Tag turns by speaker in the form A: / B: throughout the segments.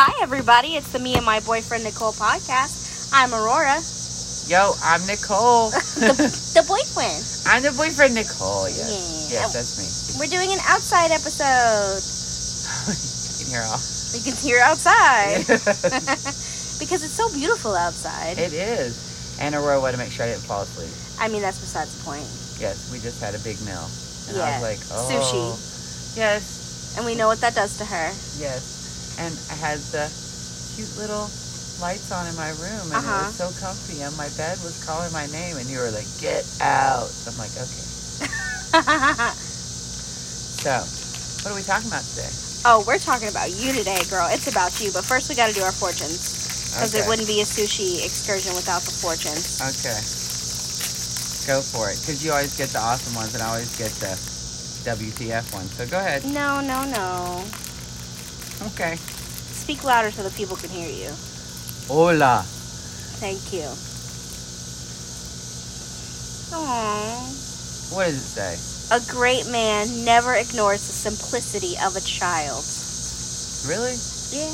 A: Hi, everybody. It's the Me and My Boyfriend Nicole podcast. I'm Aurora,
B: Yo, I'm Nicole.
A: the boyfriend.
B: I'm the boyfriend Nicole. Yes,
A: Yeah.
B: yes, that's me.
A: We're doing an outside episode.
B: You can hear all.
A: You can hear outside
B: it
A: because it's so beautiful outside.
B: is. And Aurora wanted to make sure I didn't fall asleep.
A: I mean, that's besides the point.
B: Yes, we just had a big meal, and I
A: Yeah,
B: was like, oh,
A: sushi.
B: Yes,
A: And we know what that does to her.
B: yes. And I had the cute little lights on in my room, and
A: Uh-huh.
B: it was so comfy. And my bed was calling my name, and you were like, get out. I'm like, okay. So, what are we talking about today?
A: oh, we're talking about you today, girl. It's about you. But first, we got to do our fortunes because it
B: Okay.
A: wouldn't be a sushi excursion without the fortunes.
B: Okay. Go for it. Because you always get the awesome ones and I always get the WTF ones. So go ahead.
A: No, no, no.
B: Okay.
A: Speak louder so the people can hear you.
B: Hola.
A: Thank you. Aww.
B: What does it say?
A: A great man never ignores the simplicity of a child.
B: Really?
A: Yeah.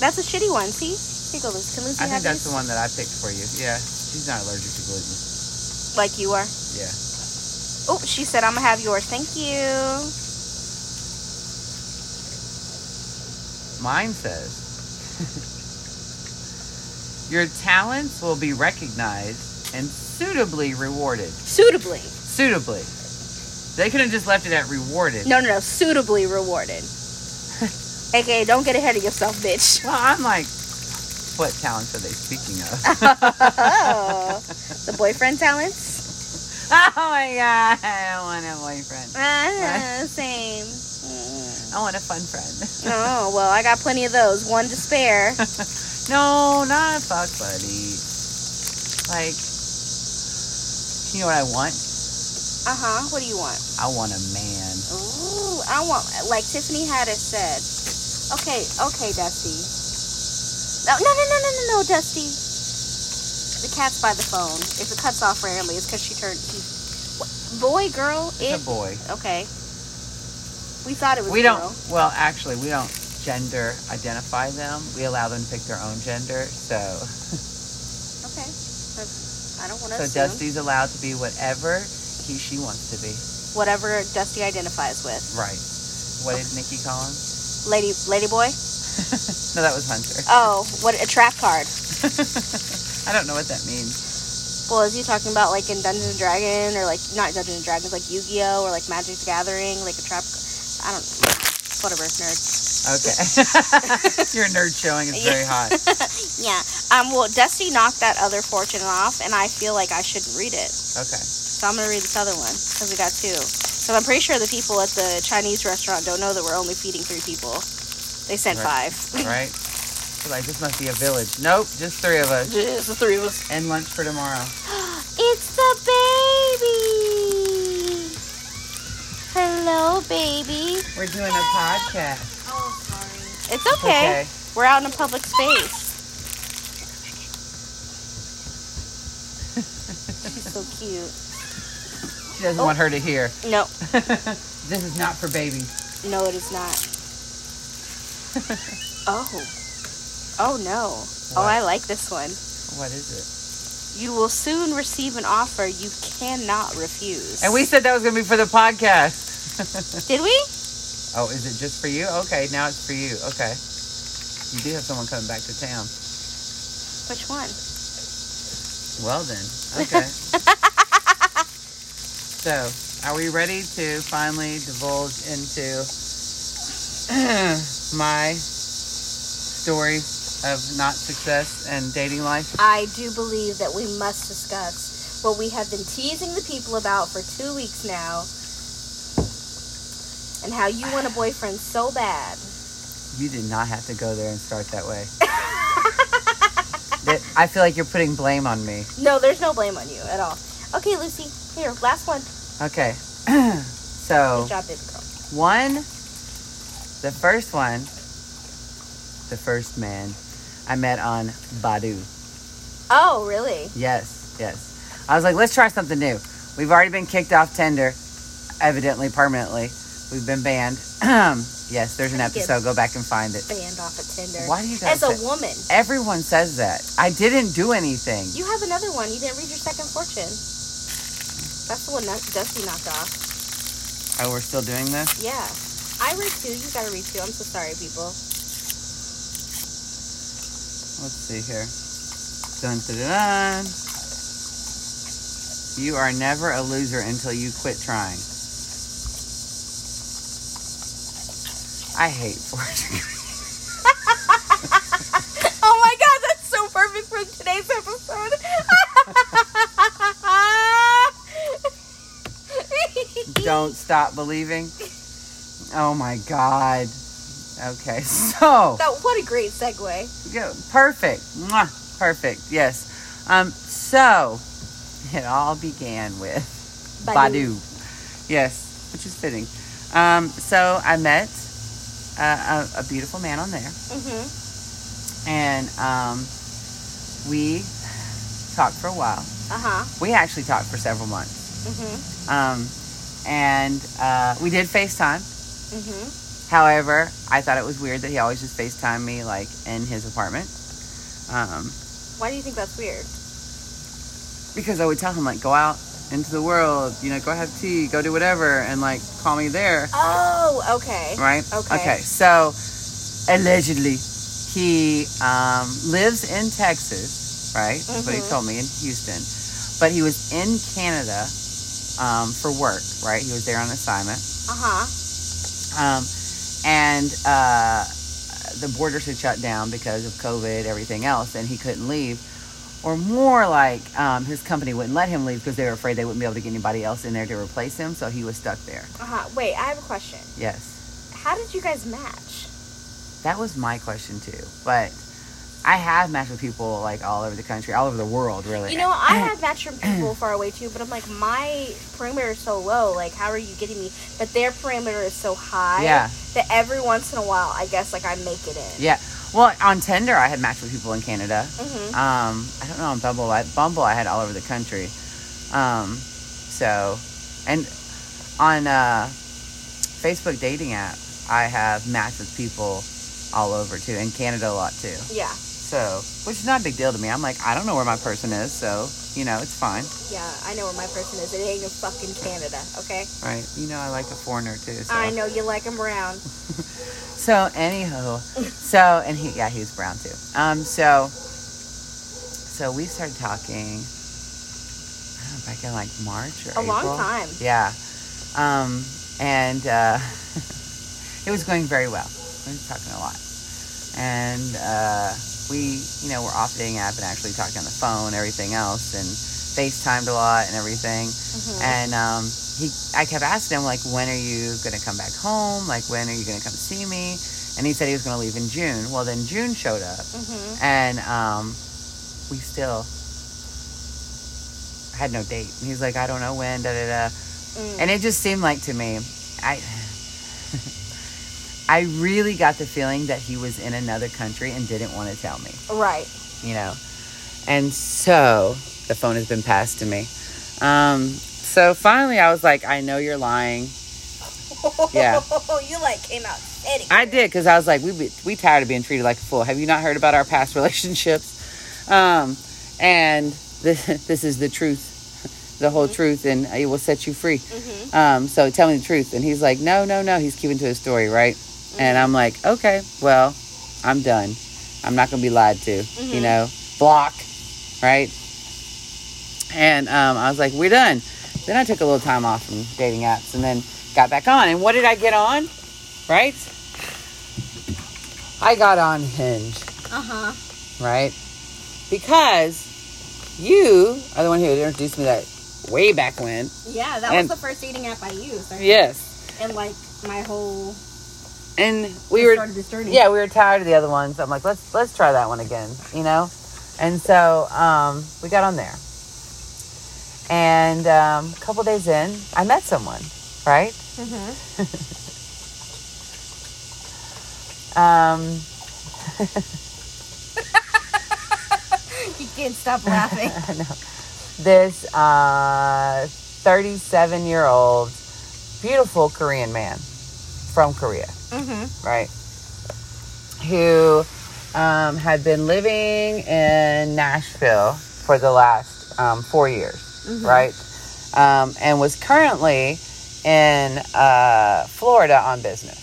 A: That's a shitty one. See? Here you go, Liz. Can Lucy
B: I
A: have
B: think that's
A: these?
B: the one that I picked for you. Yeah. She's not allergic to gluten.
A: Like you are.
B: Yeah.
A: Oh, she said I'm gonna have yours. Thank you.
B: Mine says Your talents will be recognized and suitably rewarded.
A: Suitably.
B: Suitably. They could have just left it at rewarded.
A: No, no, no. Suitably rewarded. AKA, don't get ahead of yourself, bitch.
B: Well, I'm like, what talents are they speaking of?
A: Oh, the boyfriend talents?
B: Oh my god, I don't want a boyfriend.
A: Ah, same. Mm.
B: I want a fun friend.
A: Oh, well, I got plenty of those. One to spare.
B: No, not a fuck buddy. Like, you know what I want?
A: Uh huh. What do you want?
B: I want a man.
A: Ooh, I want like Tiffany Haddish said. Okay, okay, Dusty. No, no, no, no, no, no, no, Dusty. The cat's by the phone. If it cuts off randomly, it's because she turned. He, what, boy, girl, it.
B: It's a boy.
A: Okay. We thought it was.
B: We
A: girl.
B: don't, well, actually, we don't gender identify them. We allow them to pick their own gender. So,
A: Okay. That's- I don't want to.
B: so Dusty's allowed to be whatever he, she wants to be.
A: Whatever Dusty identifies with,
B: Right. What did Nikki call him?
A: lady, lady boy.
B: No, that was Hunter.
A: Oh, what a trap card.
B: I don't know what that means.
A: Well, is he talking about like in Dungeons and Dragon or like not Dungeons and Dragons, like Yu-Gi-Oh or like Magic the Gathering, like a trap? I don't. Whatever, nerd.
B: Okay. Your nerd showing is very hot.
A: Yeah. Um. Well, Dusty knocked that other fortune off, and I feel like I shouldn't read it,
B: Okay.
A: so I'm gonna read this other one because we got two. So I'm pretty sure the people at the Chinese restaurant don't know that we're only feeding three people. They sent five.
B: Right. Right? They're like, this must be a village. Nope, just three of us.
A: Just the three of us.
B: And lunch for tomorrow.
A: It's the baby. Hello, baby.
B: We're doing a podcast.
A: It's okay. We're out in a public space. She's so cute.
B: She doesn't want her to hear.
A: No,
B: this is not for babies.
A: no, it is not. oh. Oh no. Oh,
B: What?
A: I like this one.
B: What is
A: You will soon receive an offer you cannot refuse.
B: it? And we said that was going to be for the podcast.
A: did we?
B: Oh, is it just for you? Okay, now it's for you. Okay. You do have someone coming back to town.
A: Which one?
B: Well then. Okay. so, are we ready to finally divulge into my story of not success and dating life?
A: I do believe that we must discuss what we have been teasing the people about for two weeks now, and how you want a boyfriend so bad.
B: You did not have to go there and start that way. That- I feel like you're putting blame on me.
A: No, there's no blame on you at all. Okay, Lucy, here, last one.
B: Okay.
A: Good
B: so,
A: job, baby girl.
B: one, the first one, the first man I met on Badu.
A: Oh, really?
B: Yes, yes. I was like, let's try something new. We've already been kicked off Tinder, evidently permanently. We've been banned. Yes, there's an
A: How do you get-
B: episode. Go back and find it.
A: Banned off of Tinder.
B: Why do you guys
A: As a
B: say-
A: woman,
B: Everyone says that. I didn't do anything.
A: you have another one. You didn't read your second fortune. That's the one that Dusty knocked off.
B: Oh, we're still doing this?
A: Yeah. I read two. You gotta read two. I'm so sorry, people.
B: Let's see here. Dun, dun, dun, dun. You are never a loser until you quit trying. I hate fortune.
A: oh my god, that's so perfect for today's episode.
B: Don't stop believing. Oh my god. Okay, so
A: That, what a great segue.
B: yeah, perfect. Mwah, perfect. Yes. Um, so it all began with Badu. Yes, which is fitting. Um, so I met uh, a, a beautiful man on there,
A: Mm-hmm.
B: and um, we talked for a while.
A: Uh huh.
B: We actually talked for several months,
A: Mm-hmm.
B: um, and uh, we did FaceTime.
A: Mm-hmm.
B: However, I thought it was weird that he always just FaceTime me like in his apartment. Um,
A: Why do you think that's weird?
B: because I would tell him like go out into the world, you know, go have tea, go do whatever, and like call me there.
A: Oh, okay.
B: right?
A: Okay.
B: Okay. So allegedly, he um, lives in Texas, right? That's what he
A: Mhm.
B: told me in Houston, but he was in Canada um, for work, right? He was there on assignment,
A: Uh huh.
B: um, and uh, the borders had shut down because of COVID, everything else, and he couldn't leave. Or more like um, his company wouldn't let him leave because they were afraid they wouldn't be able to get anybody else in there to replace him, so he was stuck there.
A: Uh huh. Wait, I have a question.
B: Yes.
A: How did you guys match?
B: That was my question too. But I have matched with people like all over the country, all over the world, really.
A: You know, I have matched from people far away too, but I'm like, my parameter is so low. Like, how are you getting me? But their parameter is so high
B: Yeah.
A: that every once in a while, I guess, like, I make it in.
B: Yeah. Well, on Tinder, I had matched with people in Canada.
A: Mm-hmm.
B: Um, I don't know on Bumble. I, Bumble, I had all over the country. Um, so, and on uh, Facebook dating app, I have matched with people all over too, in Canada a lot too.
A: Yeah,
B: So, which is not a big deal to me. I'm like, I don't know where my person is, so you know, it's fine,
A: yeah. I know where my person is. It ain't in fucking Canada, okay?
B: right? You know, I like a foreigner too. So.
A: I know you like him brown.
B: So anyhow, so and he yeah he was brown too. Um so so we started talking I don't know, back in like March or
A: A long
B: April.
A: time.
B: Yeah, um and uh, it was going very well. We were talking a lot, and uh, we you know were off dating app and actually talking on the phone, everything else, and FaceTimed a lot and everything.
A: Mm-hmm.
B: And um, he, I kept asking him like, when are you gonna come back home? Like, when are you gonna come see me? And he said he was gonna leave in June. Well, then June showed up,
A: Mm-hmm.
B: and um, we still had no date. And he's like, I don't know when. Da da da.
A: Mm.
B: And it just seemed like to me, I, I really got the feeling that he was in another country and didn't want to tell me
A: right.
B: you know. And so the phone has been passed to me. Um, so finally, I was like, I know you're lying. Yeah.
A: you like came out petty.
B: I did because I was like, we be- we tired of being treated like a fool. Have you not heard about our past relationships? Um, and this this is the truth, the whole truth, and it will set you free.
A: Mm-hmm.
B: Um, so tell me the truth. And he's like, no, no, no. He's keeping to his story, right? And I'm like, okay, well, I'm done. I'm not going to be lied to, you
A: Mhm.
B: know, block, right? And um, I was like, we're done. Then I took a little time off from dating apps and then got back on. And what did I get on? Right? I got on Hinge
A: Uh-huh.
B: right? Because you are the one who had introduced me that way back when.
A: Yeah, that
B: And-
A: was the first dating app I used. I-
B: Yes.
A: And, like, my whole...
B: And we
A: I
B: were
A: started this journey.
B: yeah, we were tired of the other ones. I'm like, let's let's try that one again, you know? And so um, we got on there. And um, a couple days in, I met someone, right?
A: Mm-hmm.
B: Um,
A: You can't stop laughing.
B: this uh, 37 year old beautiful Korean man from Korea.
A: Mm-hmm.
B: right? Who um, had been living in Nashville for the last um, four years,
A: Mhm.
B: right? Um, and was currently in uh, Florida on business.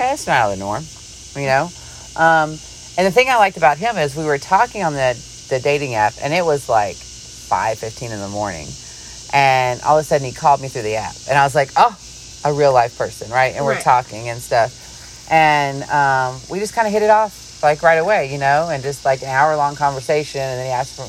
B: Okay, that's not out of the norm, you know? Um, and the thing I liked about him is we were talking on the, the dating app, and it was like five fifteen in the morning. And all of a sudden, he called me through the app, and I was like, oh, a real life person, right? And we're
A: Right.
B: talking and stuff and um, we just kind of hit it off like right away, you know, and just like an hour long conversation. And then he asked for,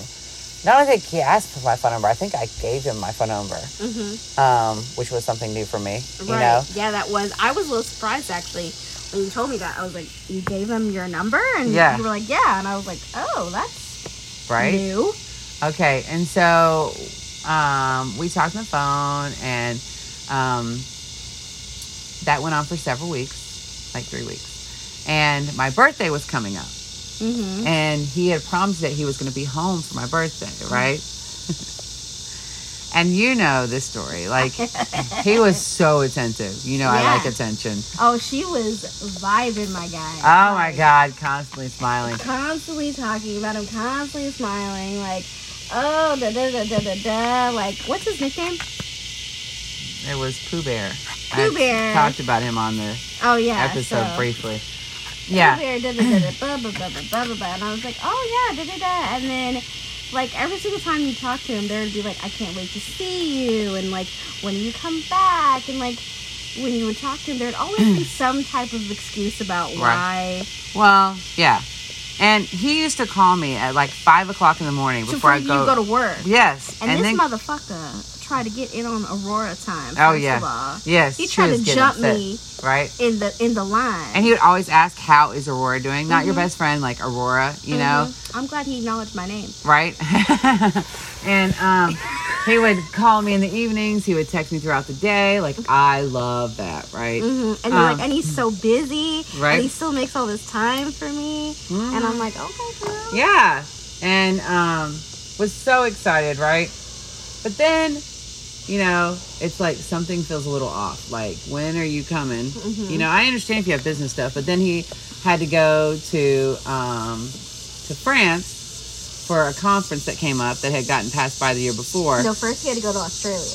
B: not only did he ask for my phone number, I think I gave him my phone number,
A: Mm-hmm.
B: um, which was something new for me, you
A: Right.
B: know.
A: Yeah, that was. I was a little surprised actually when you told me that. I was like, you gave him your number, and
B: Yeah.
A: you were like, yeah, and I was like, oh, that's
B: Right?
A: new.
B: Okay. And so um, we talked on the phone, and um, that went on for several weeks, like three weeks. And my birthday was coming up.
A: Mm-hmm.
B: and he had promised that he was going to be home for my birthday, right? and you know this story. Like, he was so attentive. You know, I like
A: Yeah.
B: attention.
A: Oh, she was vibing, my guy.
B: Oh my
A: Like,
B: God, constantly smiling.
A: Constantly talking about him, constantly smiling, like, oh, da da da da da da. Like, what's his nickname?
B: It was Pooh Bear.
A: Pooh Bear.
B: talked about him on the
A: Oh yeah.
B: episode
A: so-
B: briefly. Yeah.
A: Uber, da, da, da, da, blah, blah, blah, blah, blah, blah, blah. And I was like, oh yeah, da da da. And then, like every single time you talk to him, there would be like, I can't wait to see you, and like when you come back, and like when you would talk to him, there'd always be some type of excuse about why.
B: Well, yeah. And he used to call me at like five o'clock in the morning
A: So
B: before I
A: you
B: go.
A: go to work,
B: yes,
A: and, this motherfucker tried to get in on Aurora time.
B: Oh,
A: first
B: yeah.
A: Of all.
B: yes,
A: He
B: she
A: tried
B: was
A: to
B: getting
A: jump
B: upset,
A: me
B: right?
A: in the in the line.
B: And he would always ask, "How is Aurora doing?" Not your
A: Mhm.
B: best friend, like Aurora, you know,
A: Mhm. I'm glad he acknowledged my name.
B: right? and um, he would call me in the evenings. He would text me throughout the day. Like
A: Mm-hmm.
B: I love that, right?
A: hmm And you're
B: Um,
A: like, and he's so busy,
B: right. Mm-hmm.
A: And he still makes all this time for me, Mm-hmm. and I'm like, okay, girl.
B: yeah, and um, was so excited, right? But then, you know, it's like something feels a little off. Like, when are you coming?
A: Mhm.
B: You know, I understand if you have business stuff, but then he had to go to um, to France for a conference that came up that had gotten passed by the year before.
A: No, first he had to go to Australia.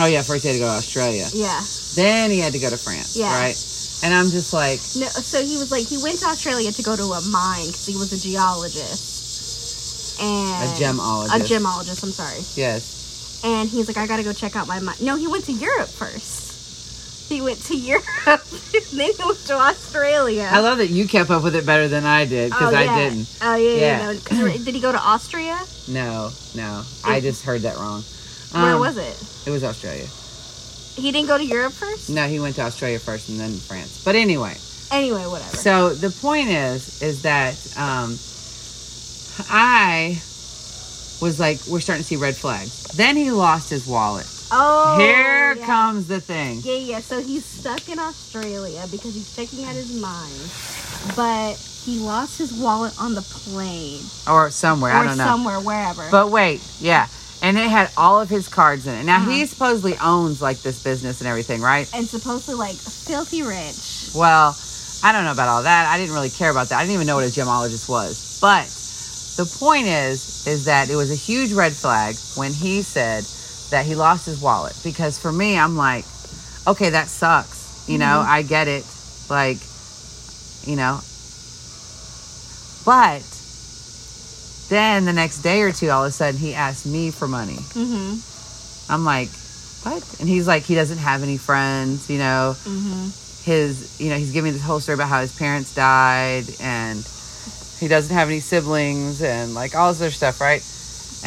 B: Oh yeah, first he had to go to Australia.
A: Yeah.
B: Then he had to go to France,
A: Yeah.
B: right? And I'm just like,
A: No, so he was like, he went to Australia to go to a mine because he was a geologist
B: a
A: and
B: gemologist.
A: A gemologist. I'm sorry.
B: Yes.
A: And he's like, I gotta go check out my mine. No, he went to Europe first. He went to Europe, and then he went to Australia.
B: I love that you kept up with it better than I did because
A: oh,
B: I
A: yeah.
B: didn't.
A: Oh yeah,
B: Yeah.
A: yeah. no, 'cause did he go to Austria?
B: No, no, I just heard that wrong.
A: Where
B: Um,
A: was it?
B: It was Australia.
A: He didn't go to Europe first.
B: No, he went to Australia first and then France. But anyway,
A: Anyway, whatever.
B: so the point is, is that um, I was like, we're starting to see red flags. Then he lost his wallet.
A: oh,
B: Here
A: yeah.
B: comes the thing.
A: Yeah, yeah. So he's stuck in Australia because he's checking out his mind, but he lost his wallet on the plane
B: Or somewhere,
A: or
B: I don't know.
A: somewhere, wherever.
B: But wait, yeah. And it had all of his cards in it. Now
A: Uh-huh.
B: he supposedly owns like this business and everything, right?
A: and supposedly like filthy rich.
B: Well, I don't know about all that. I didn't really care about that. I didn't even know what a gemologist was. But the point is, is that it was a huge red flag when he said that he lost his wallet. Because for me, I'm like, okay, that sucks. You know, I get it. Like, you know. But then the next day or two, all of a sudden, he asked me for money.
A: Mm-hmm.
B: I'm like, what? And he's like, he doesn't have any friends, you know.
A: Mm-hmm.
B: His, you know, he's giving me this whole story about how his parents died and he doesn't have any siblings and like all this other stuff, right?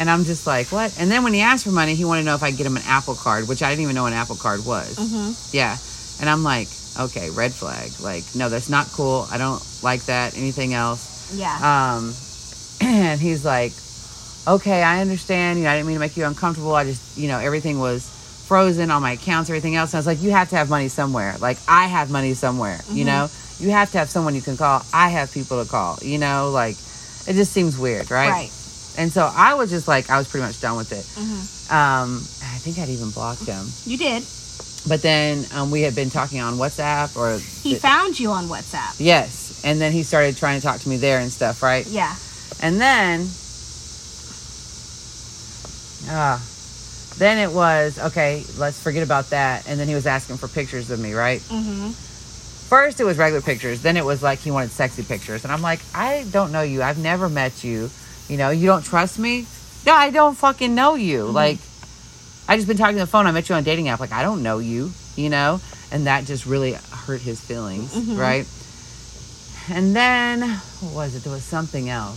B: And I'm just like, what? And then when he asked for money, he wanted to know if I get him an Apple card, which I didn't even know an Apple card was.
A: Mm-hmm.
B: Yeah. And I'm like, okay, red flag. Like, no, that's not cool. I don't like that. Anything else?
A: Yeah.
B: Um, and he's like, okay, I understand. You know, I didn't mean to make you uncomfortable. I just, you know, everything was frozen on my accounts, everything else. And I was like, you have to have money somewhere. Like, I have money somewhere, you
A: Mhm.
B: know? You have to have someone you can call. I have people to call, you know? Like, it just seems weird, right? And so I was just like, I was pretty much done with it.
A: Mm-hmm.
B: Um, I think I'd even blocked him.
A: You did.
B: But then um, we had been talking on WhatsApp or
A: He found you on WhatsApp.
B: yes, and then he started trying to talk to me there and stuff, right?
A: Yeah.
B: And then, ah, then it was okay. Let's forget about that. And then he was asking for pictures of me, right?
A: Mm-hmm.
B: First, it was regular pictures. Then it was like he wanted sexy pictures, and I'm like, I don't know you. I've never met you. You know, you don't trust me. No, I don't fucking know you. Like, I just been talking on the phone. I met you on a dating app. Like, I don't know you. You know, and that just really hurt his feelings,
A: Mhm.
B: right? And then what was it? There was something else.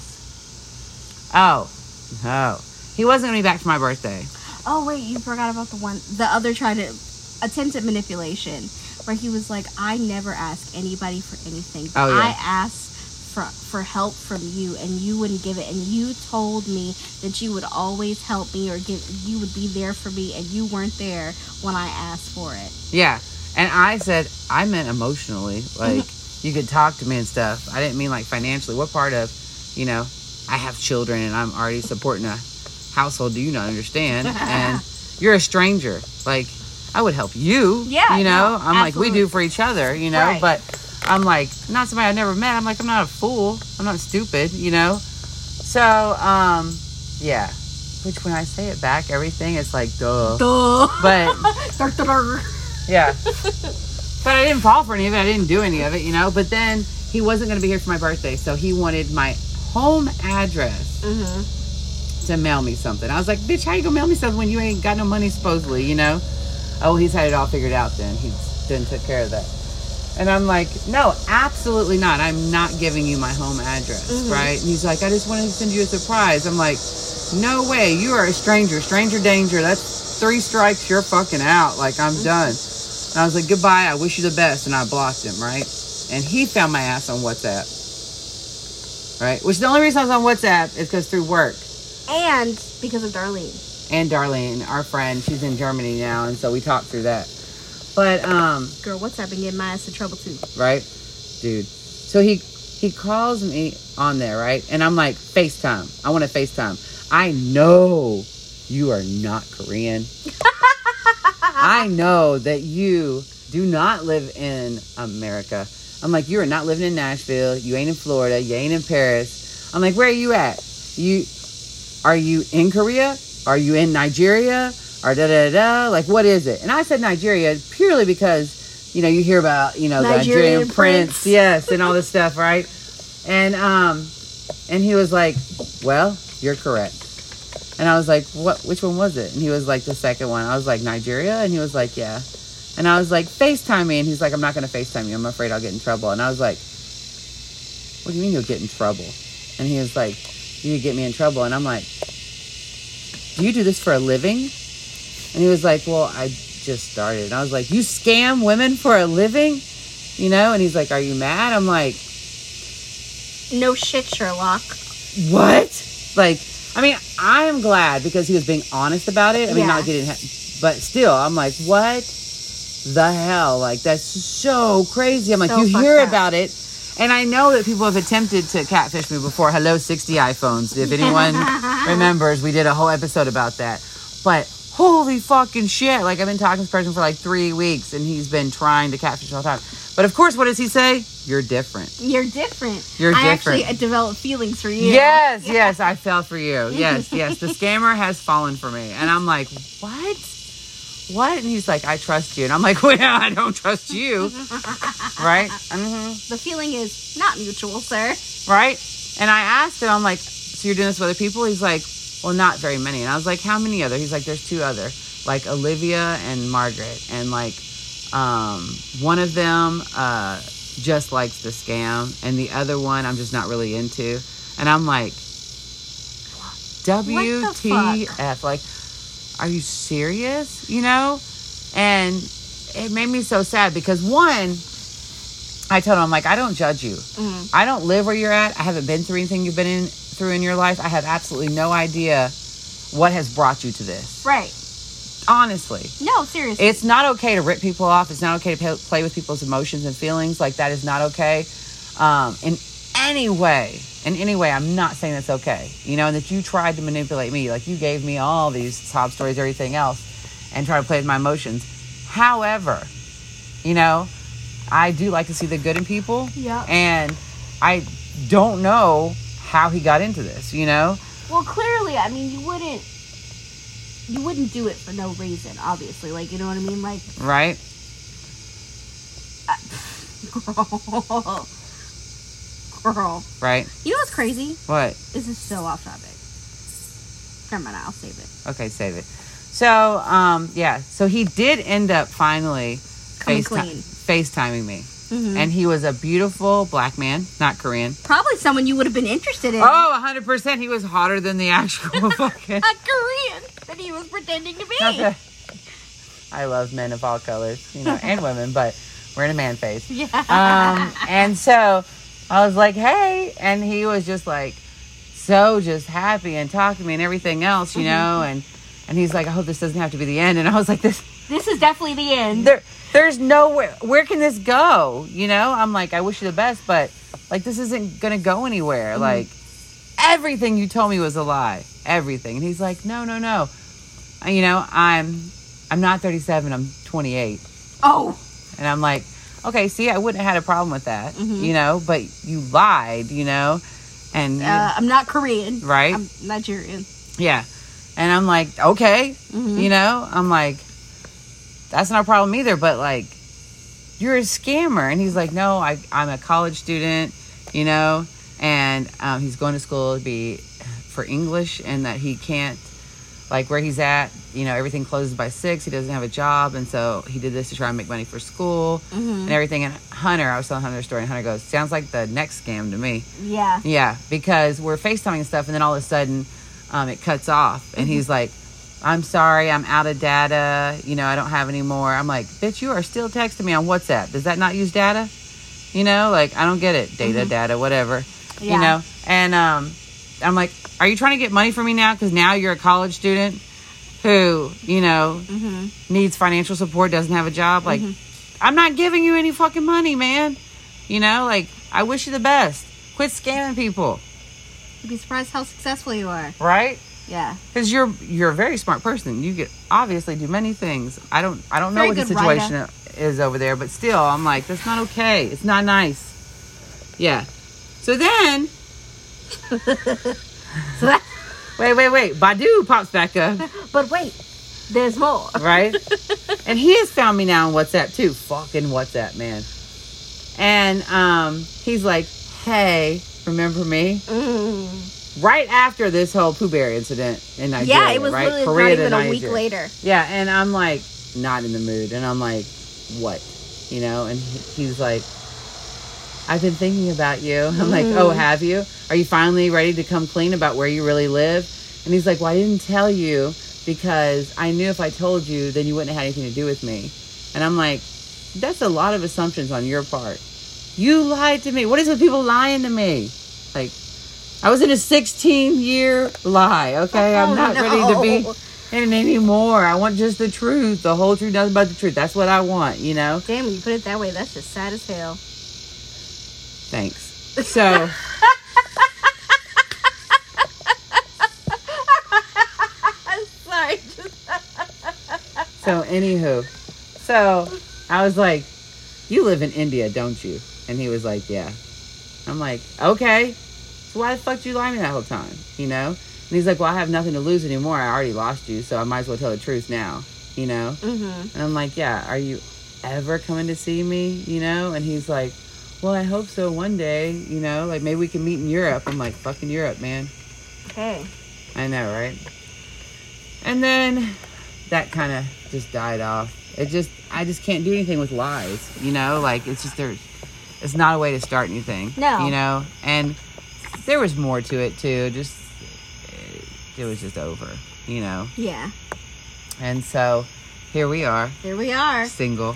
B: Oh, no, he wasn't gonna be back for my birthday.
A: Oh wait, you forgot about the one, the other trying to attempt at manipulation, where he was like, "I never ask anybody for anything.
B: Oh, yeah.
A: I asked for for help from you, and you wouldn't give it. And you told me that you would always help me or give, you would be there for me, and you weren't there when I asked for it.
B: Yeah. And I said, I meant emotionally. Like,
A: Mm-hmm.
B: you could talk to me and stuff. I didn't mean like financially. What part of, you know, I have children and I'm already supporting a household. Do you not understand? and you're a stranger. Like, I would help you.
A: Yeah,
B: You know,
A: no,
B: I'm like, we
A: absolutely.
B: do for each other, you know,
A: Right.
B: but I'm like, not somebody I've never met. I'm like, I'm not a fool. I'm not stupid, you know? So, um, yeah. Which when I say it back, everything, it's like, duh.
A: Duh.
B: But
A: Durr-durr-durr.
B: yeah. but I didn't fall for any of it. I didn't do any of it, you know. But then he wasn't going to be here for my birthday, so he wanted my home address
A: Mm-hmm.
B: to mail me something. I was like, "Bitch, how you gonna mail me something when you ain't got no money supposedly?" You know. Oh, he's had it all figured out. Then he then took care of that. And I'm like, no, absolutely not. I'm not giving you my home address,
A: Mhm.
B: right? And he's like, I just wanted to send you a surprise. I'm like, no way. You are a stranger. Stranger danger. That's three strikes. You're fucking out. Like, I'm done. And I was like, goodbye. I wish you the best. And I blocked him, right? And he found my ass on WhatsApp, right? Which the only reason I was on WhatsApp is because through work.
A: And because of Darlene,
B: And Darlene, our friend, she's in Germany now. And so we talked through that. But, um,
A: girl, what's up and getting my ass in trouble too?
B: right? Dude. So he he calls me on there, right? And I'm like, FaceTime. I want to FaceTime. I know you are not Korean. I know that you do not live in America. I'm like, you are not living in Nashville. You ain't in Florida. You ain't in Paris. I'm like, where are you at? You are you in Korea? Are you in Nigeria? Or da da da? da? Like, what is it? And I said Nigeria purely because you know you hear about you know the
A: Nigerian
B: Nigerian prince,
A: prince.
B: yes, and all this stuff, right? And um, and he was like, well, you're correct. And I was like, what? Which one was it? And he was like, the second one. I was like, Nigeria? And he was like, yeah. And I was like, FaceTime me. And he's like, I'm not going to FaceTime you. I'm afraid I'll get in trouble. And I was like, what do you mean you'll get in trouble? And he was like, you could get me in trouble. And I'm like, do you do this for a living? And he was like, well, I just started. And I was like, you scam women for a living? You know? And he's like, are you mad? I'm like,
A: No shit, Sherlock.
B: what? Like, I mean, I'm glad because he was being honest about it. I mean,
A: Yeah.
B: not getting, he- but still, I'm like, what the hell? Like, that's so crazy. I'm like,
A: So
B: you
A: fucked
B: hear
A: up.
B: about it. And I know that people have attempted to catfish me before. Hello, 60 iPhones. If anyone remembers, we did a whole episode about that. But holy fucking shit. Like, I've been talking to this person for like three weeks and he's been trying to catfish all the time. But of course, what does he say? You're different.
A: You're different.
B: You're
A: I
B: different.
A: actually uh, developed feelings for you.
B: Yes, yes, I fell for you. Yes, yes. The scammer has fallen for me. And I'm like, what? What? And he's like, I trust you. And I'm like, well, I don't trust you. right? hmm
A: The feeling is not mutual, sir.
B: Right? And I asked him, I'm like, so you're doing this with other people? He's like, well, not very many. And I was like, how many other? He's like, there's two other, like Olivia and Margaret. And like, um, one of them uh, just likes the scam, and the other one I'm just not really into. And I'm like, WTF? Like, are you serious? You know? And it made me so sad because one, I told him, I'm like, I don't judge you.
A: Mm.
B: I don't live where you're at. I haven't been through anything you've been in through in your life. I have absolutely no idea what has brought you to this.
A: Right.
B: Honestly,
A: No, seriously.
B: it's not okay to rip people off. It's not okay to pa- play with people's emotions and feelings. Like that is not okay. Um, in any way, in any way, I'm not saying that's okay. You know, and that you tried to manipulate me. Like you gave me all these sob stories, everything else, and tried to play with my emotions. However, you know, I do like to see the good in people.
A: Yeah.
B: And I don't know how he got into this, you know?
A: Well, clearly, I mean, you wouldn't you wouldn't do it for no reason, obviously. Like, you know what I mean? Like,
B: Right?
A: girl, girl.
B: Right?
A: You know what's crazy?
B: What?
A: This is so off topic. Never mind, I'll save it.
B: Okay, save it. So, um, yeah. So he did end up finally
A: Coming
B: FaceTi-
A: clean.
B: FaceTiming me.
A: Mhm.
B: And he was a beautiful black man, not Korean.
A: Probably someone you would have been interested in.
B: Oh, 100%. He was hotter than the actual fucking.
A: A Korean that he was pretending to be.
B: Not that- I love men of all colors, you know, and women, but we're in a man phase.
A: yeah.
B: Um, and so I was like, hey. And he was just like, so just happy and talking to me and everything else, you know, and, and he's like, I hope this doesn't have to be the end. And I was like, this,
A: this is definitely the end.
B: there, there's nowhere, where can this go? You know, I'm like, I wish you the best, but like, this isn't going to go anywhere. Like, everything you told me was a lie. Everything. And he's like, no, no, no. Uh, You know, I'm, I'm not 37, I'm 28.
A: Oh.
B: And I'm like, okay, see, I wouldn't have had a problem with that,
A: Mhm.
B: you know, but you lied, you know, and you-
A: Uh, I'm not Korean.
B: Right.
A: I'm Nigerian.
B: yeah. And I'm like, okay,
A: Mhm.
B: you know, I'm like, that's not a problem either, but like, you're a scammer. And he's like, no, I, I'm a college student, you know, and um, he's going to school to be for English and that he can't, like, where he's at, you know, everything closes by six. He doesn't have a job. And so he did this to try and make money for school.
A: hmm
B: and everything. And Hunter, I was telling Hunter a story, and Hunter goes, "Sounds like the next scam to me."
A: Yeah.
B: Yeah, because we're FaceTiming and stuff, and then all of a sudden, um, it cuts off, and he's like, "I'm sorry, I'm out of data. You know, I don't have any more." I'm like, "Bitch, you are still texting me on WhatsApp. Does that not use data? You know, like I don't get it. Data, data, whatever.
A: Yeah.
B: You know." And um, I'm like, "Are you trying to get money from me now? Because now you're a college student." Who, you know,
A: hmm
B: needs financial support, doesn't have a job, like
A: Mm-hmm.
B: I'm not giving you any fucking money, man. You know, like I wish you the best. Quit scamming people,
A: You'd be surprised how successful you are.
B: right?
A: Yeah.
B: Because you're you're a very smart person. You could obviously do many things. I don't I don't
A: Very
B: know what the
A: good
B: situation is over there, but still, I'm like that's not okay. It's not nice. Yeah. So then,
A: So that,
B: wait, wait, wait. Badu pops back up,
A: but wait, there's more.
B: right? and he has found me now on WhatsApp too. Fucking WhatsApp, man. And um, he's like, "Hey, remember me?"
A: Mm.
B: right after this whole Pooh Bear incident in Nigeria.
A: Yeah, it was
B: right?
A: literally
B: Korea
A: not
B: to
A: even a week
B: Nigeria.
A: later.
B: Yeah, and I'm like, not in the mood. And I'm like, what? You know, and he, he's like, I've been thinking about you. I'm like,
A: Mm.
B: oh, have you? Are you finally ready to come clean about where you really live? And he's like, well, I didn't tell you because I knew if I told you, then you wouldn't have had anything to do with me. And I'm like, that's a lot of assumptions on your part. You lied to me. What is with people lying to me? Like, I was in a 16 year lie, okay?
A: Oh,
B: I'm not ready to be
A: no.
B: and anymore. I want just the truth, the whole truth, nothing but the truth. That's what I want, you know?
A: Damn, when you put it that way, that's just sad as hell.
B: Thanks. So
A: Sorry. Just,
B: so anywho. So I was like, You live in India, don't you? And he was like, Yeah. I'm like, Okay. So why the fuck did you lie to me that whole time? You know? And he's like, Well, I have nothing to lose anymore. I already lost you, so I might as well tell the truth now, you know?
A: mm-hmm.
B: And I'm like, yeah, are you ever coming to see me? You know? And he's like, well, I hope so one day, you know? Like, maybe we can meet in Europe. I'm like, fucking Europe, man.
A: Okay.
B: I know, right? And then that kind of just died off. It just, I just can't do anything with lies, you know? Like, it's just, there's, it's not a way to start anything.
A: No.
B: You know? And there was more to it, too. Just, it, it was just over, you know?
A: Yeah.
B: And so here we are,
A: Here we are
B: single.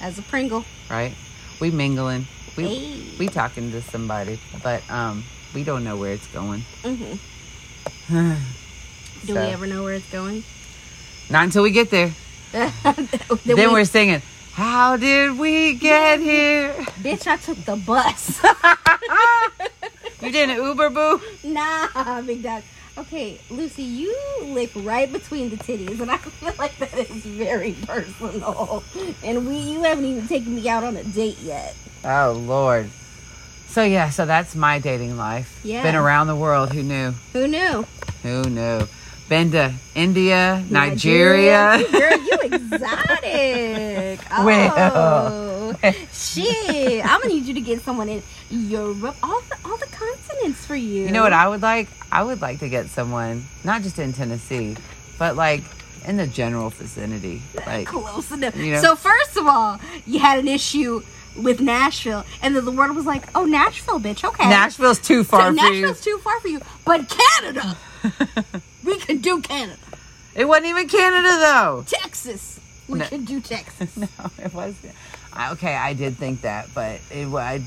A: as a Pringle.
B: right? We mingling, we
A: Hey.
B: we talking to somebody, but um, we don't know where it's going.
A: Mm-hmm. Do
B: So-
A: we ever know where it's going?
B: Not until we get there.
A: then
B: Then,
A: we-
B: we, are singing, "How did we get here?"
A: bitch, I took the bus.
B: you did an Uber, boo.
A: nah, big dog. Okay, Lucy, you lick right between the titties, and I feel like that is very personal. And we, you haven't even taken me out on a date yet.
B: Oh Lord. So yeah, so that's my dating life.
A: Yeah.
B: Been around the world. Who knew?
A: Who knew?
B: Who knew? Been to India, Nigeria.
A: Girl, you exotic. Oh,
B: Well.
A: shit. I'm gonna need you to get someone in Europe, all the all the continents for you.
B: you know what I would like? I would like to get someone not just in Tennessee, but like in the general vicinity. Like
A: Close enough.
B: You know?
A: So first of all, you had an issue with Nashville, and then the world was like, "Oh, Nashville, bitch. Okay,
B: Nashville's too
A: So
B: far for you.
A: Nashville's too far for you, but Canada, we can do Canada.
B: It wasn't even Canada though.
A: Texas, we
B: No.
A: can do Texas."
B: No, it wasn't. I, okay, I did think that, but it was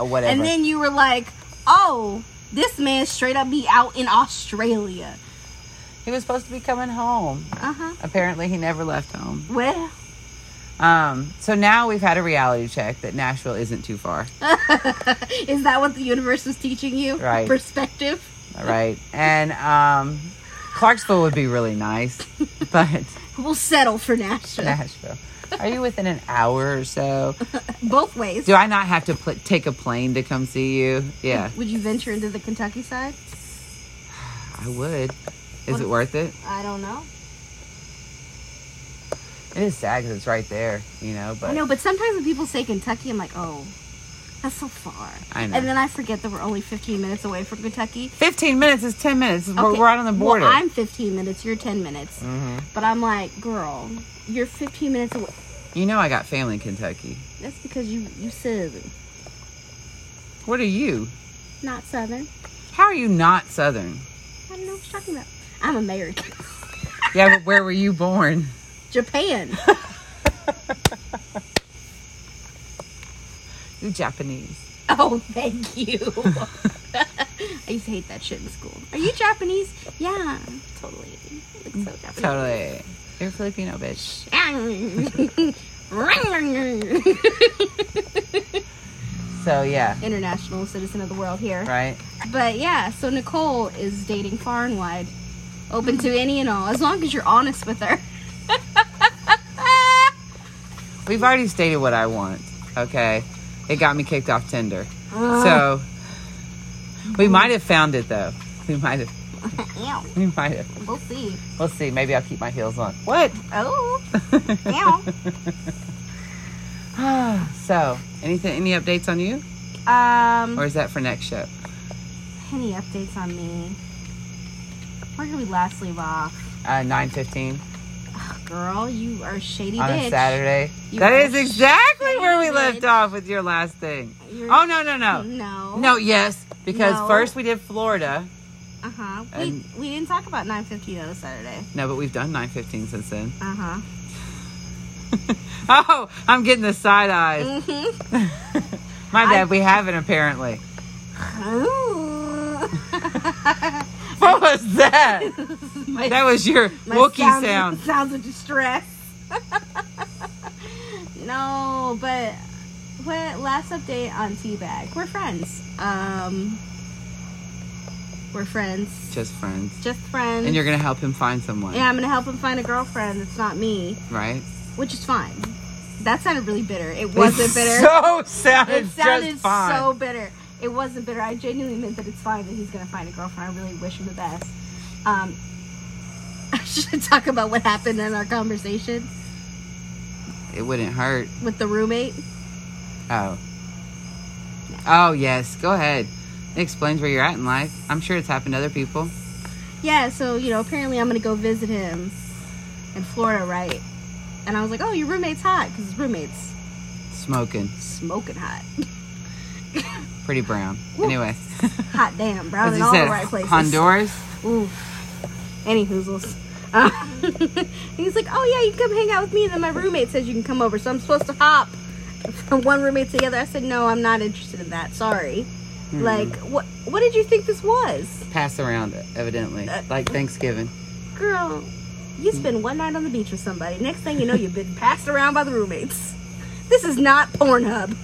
B: whatever.
A: And then you were like, oh, this man straight up be out in Australia.
B: he was supposed to be coming home.
A: Uh huh.
B: Apparently, he never left home.
A: Well,
B: Um, so now we've had a reality check that Nashville isn't too far,
A: is that what the universe was teaching you?
B: Right.
A: Perspective.
B: all right? And um, Clarksville would be really nice, but
A: We'll settle for Nashville.
B: Nashville. Are you within an hour or so?
A: Both ways.
B: Do I not have to pl- take a plane to come see you? Yeah,
A: Would you venture into the Kentucky side?
B: I would. Is it worth it?
A: I don't know.
B: It is sad because it's right there, you know. But
A: I know, but sometimes when people say Kentucky, I'm like, oh, that's so far.
B: I know.
A: And then I forget that we're only 15 minutes away from Kentucky.
B: 15 minutes is 10 minutes. We're
A: Okay,
B: we're right on the
A: well,
B: border. Mm-hmm. Mm.
A: I'm 15 minutes. You're 10 minutes. But I'm like, girl, you're 15 minutes away.
B: you know I got family in Kentucky.
A: That's because you you southern,
B: What are you?
A: not southern.
B: How are you not Southern?
A: I don't know what you're talking about. I'm American.
B: Yeah, but where were you born?
A: Japan.
B: You Japanese.
A: Oh, thank you. I used to hate that shit in school. Are you Japanese? Yeah, totally. It's so Japanese.
B: Totally. You're Filipino, bitch. So yeah,
A: International citizen of the world here.
B: right.
A: But yeah, so Nicole is dating far and wide, open to any and all, as long as you're honest with her.
B: We've already stated what I want. Okay, it got me kicked off Tinder. So we might have found it though. We might have.
A: Ew,
B: We might have.
A: we'll see.
B: We'll see. Maybe I'll keep my heels on. What?
A: Oh, ew.
B: So anything? Any updates on you,
A: Um,
B: or is that for next show?
A: any updates on me? Where did we last leave off?
B: Uh, Nine fifteen.
A: Girl, you are a shady
B: on
A: bitch.
B: a Saturday.
A: You
B: that
A: are
B: is exactly
A: shady
B: where we left
A: bitch.
B: off with your last thing.
A: You're-
B: Oh no no no
A: No.
B: no yes because
A: Oh. No.
B: first we did Florida.
A: Uh huh. We,
B: And-
A: we didn't talk about 950 on a Saturday.
B: No, but we've done nine fifteen since then.
A: Uh huh.
B: oh, I'm getting the side eyes.
A: Mm-hmm.
B: My bad. we haven't apparently. What was that?
A: my,
B: that was your
A: my
B: Wookiee
A: sounds-
B: sound.
A: Sounds of distress. no, but what last update on Teabag? We're friends. Um, we're friends.
B: Just friends.
A: Just friends.
B: And you're gonna help him find someone,
A: yeah, I'm gonna help him find a girlfriend. It's not me,
B: right?
A: which is fine. That sounded really bitter. It wasn't
B: It
A: bitter.
B: So sounded,
A: it sounded
B: just fine.
A: so bitter. It wasn't bitter. I genuinely meant that it's fine that he's gonna find a girlfriend. I really wish him the best. Um, I should talk about what happened in our conversation
B: It wouldn't hurt.
A: with the roommate.
B: Oh. Oh yes. Go ahead. It explains where you're at in life. I'm sure it's happened to other people.
A: Yeah, so you know, apparently I'm gonna go visit him in Florida, right? And I was like, oh, your roommate's hot because his roommate's
B: Smoking.
A: smoking hot,
B: Pretty brown. Anyway.
A: hot damn, brown
B: As
A: in
B: you
A: all
B: said,
A: the right places.
B: Honduras.
A: Ooh. Any hoozles. Uh, he's like, oh yeah, you can come hang out with me. And then my roommate says you can come over. So I'm supposed to hop from one roommate to the other. I said, no, I'm not interested in that. Sorry.
B: Hmm.
A: Like, what What did you think this was?
B: Pass around, evidently.
A: Uh,
B: Like Thanksgiving.
A: Girl, you spend one night on the beach with somebody. Next thing you know, you've been passed around by the roommates. This is not Pornhub.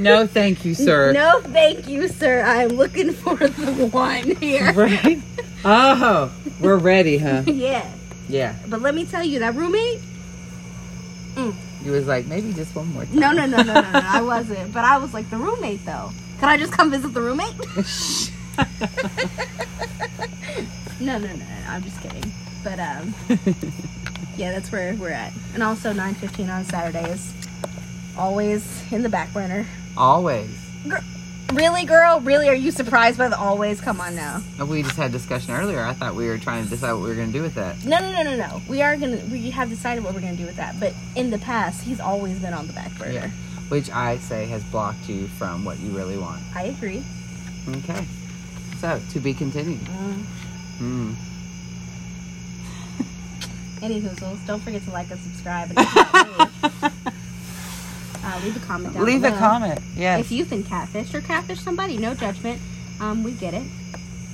B: No, thank you, sir.
A: No, thank you, sir. I am looking for the one here.
B: Right? Oh, we're ready, huh?
A: yeah,
B: Yeah.
A: but let me tell you, that roommate.
B: You was like, maybe just one more time.
A: No, no, no, no, no, no. I wasn't. But I was like the roommate though. Can I just come visit the roommate? no, no, no, no. I'm just kidding. But um, yeah, that's where we're at. And also 9:15 on Saturday is always in the back burner.
B: Always.
A: Really, girl? Really? Are you surprised by the always? Come on now.
B: And We just had discussion earlier. I thought we were trying to decide what we were going to do with that.
A: No, no, no, no, no. We are gonna. We have decided what we're gonna do with that. But in the past, he's always been on the back burner.
B: Yeah. Which I say has blocked you from what you really want.
A: I agree.
B: Okay. So, to be continued. Mm.
A: Any hoozles, don't forget to like and subscribe. And uh, leave a comment down
B: Leave a
A: below.
B: comment. Yes.
A: If you've been catfished or catfish somebody, no judgment. Um, we get it.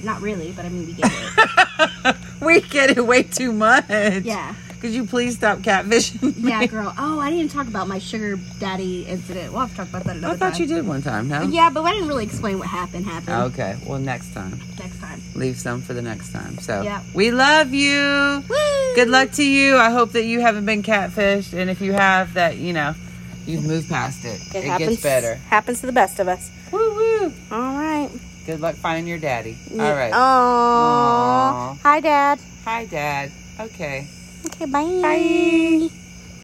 A: Not really, but I mean, we get it.
B: we get it way too much.
A: yeah.
B: Could you please stop catfishing me?
A: Yeah, girl. Oh, I didn't talk about my sugar daddy incident. We'll have to talk about that another
B: I thought you
A: time.
B: did one time, no?
A: Yeah, but I didn't really explain what happened. Happened
B: Okay. Well, next time.
A: next time.
B: Leave some for the next time. So,
A: Yeah.
B: we love you.
A: Woo!
B: Good luck to you. I hope that you haven't been catfished. And if you have, that, you know, you've moved past it. It, gets better.
C: Happens to the best of us.
B: Woo woo.
C: All right.
B: Good luck finding your daddy. All right.
A: Oh.
C: Aww.
B: Aw.
C: Hi, Dad.
B: Hi, Dad. Okay.
C: Okay, bye. Bye.